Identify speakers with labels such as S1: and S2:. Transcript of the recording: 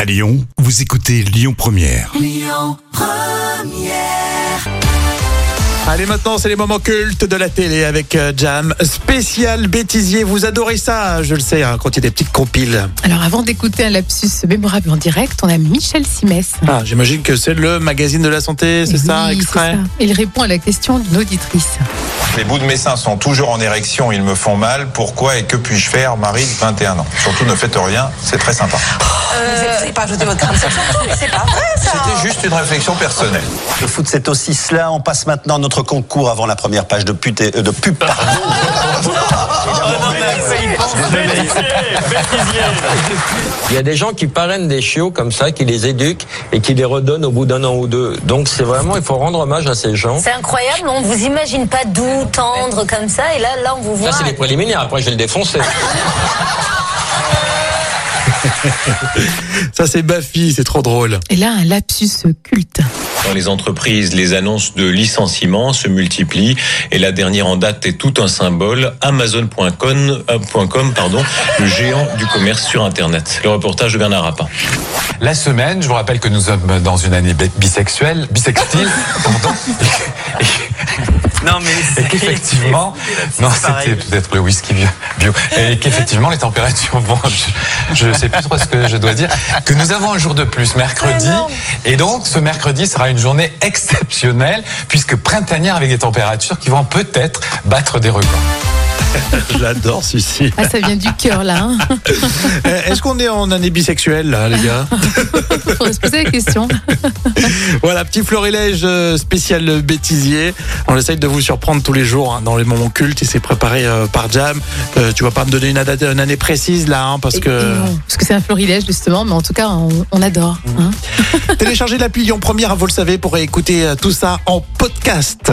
S1: À Lyon, vous écoutez Lyon Première.
S2: Allez, maintenant, c'est les moments cultes de la télé avec euh, Jam. Spécial bêtisier. Vous adorez ça, je le sais, hein, quand il y a des petites compiles.
S3: Alors avant d'écouter un lapsus mémorable en direct, on a Michel Simès.
S2: Ah, j'imagine que c'est le magazine de la santé, c'est
S3: Eh
S2: ça,
S3: oui,
S2: extrait
S3: c'est ça. Il répond à la question d'une auditrice.
S4: Les bouts de mes seins sont toujours en érection, ils me font mal. Pourquoi et que puis-je faire, Marie, 21 ans Surtout ne faites rien, c'est très sympa.
S5: Vous n'avez pas ajouté votre crâne sur son mais c'est pas vrai ça
S4: C'était juste une réflexion personnelle.
S6: Le foot, c'est aussi cela. On passe maintenant notre concours avant la première page de, pute et- euh, de pub. pardon.
S7: Il y a des gens qui parrainent des chiots comme ça, qui les éduquent et qui les redonnent au bout d'un an ou deux. Donc c'est vraiment, il faut rendre hommage à ces gens.
S8: C'est incroyable, on vous imagine pas doux, tendre comme ça, et là, là, on vous voit.
S7: Ça, c'est les préliminaires. Après, je vais le défoncer.
S2: Ça, c'est Bafi, c'est trop drôle.
S3: Et là, un lapsus culte.
S9: Dans les entreprises, les annonces de licenciement se multiplient et la dernière en date est tout un symbole, amazon.com, euh, point com, pardon, le géant du commerce sur Internet. Le reportage de Bernard Rapin.
S10: La semaine, je vous rappelle que nous sommes dans une année bi- bisexuelle, bisextile, pardon.
S11: Non mais
S10: Et qu'effectivement, non, c'était peut-être le whisky bio. bio. Et qu'effectivement, les températures vont. Je ne sais plus trop ce que je dois dire. Que nous avons un jour de plus, mercredi. Et donc, ce mercredi sera une journée exceptionnelle, puisque printanière avec des températures qui vont peut-être battre des records.
S2: J'adore celui-ci.
S3: Ah, ça vient du cœur là. hein.
S2: Euh, Est-ce qu'on est en année bisexuelle, là, les gars
S3: Faudrait se poser la question.
S2: Voilà, petit florilège euh, spécial bêtisier. On essaye de vous surprendre tous les jours hein, dans les moments cultes et c'est préparé euh, par Jam. Euh, tu vas pas me donner une, date- une année précise, là, hein, parce
S3: Et- et
S2: que...
S3: non, parce que c'est un florilège justement, mais en tout cas, on, on adore. hein.
S2: Téléchargez l'appli Lyon Première, vous le savez, pour écouter euh, tout ça en podcast.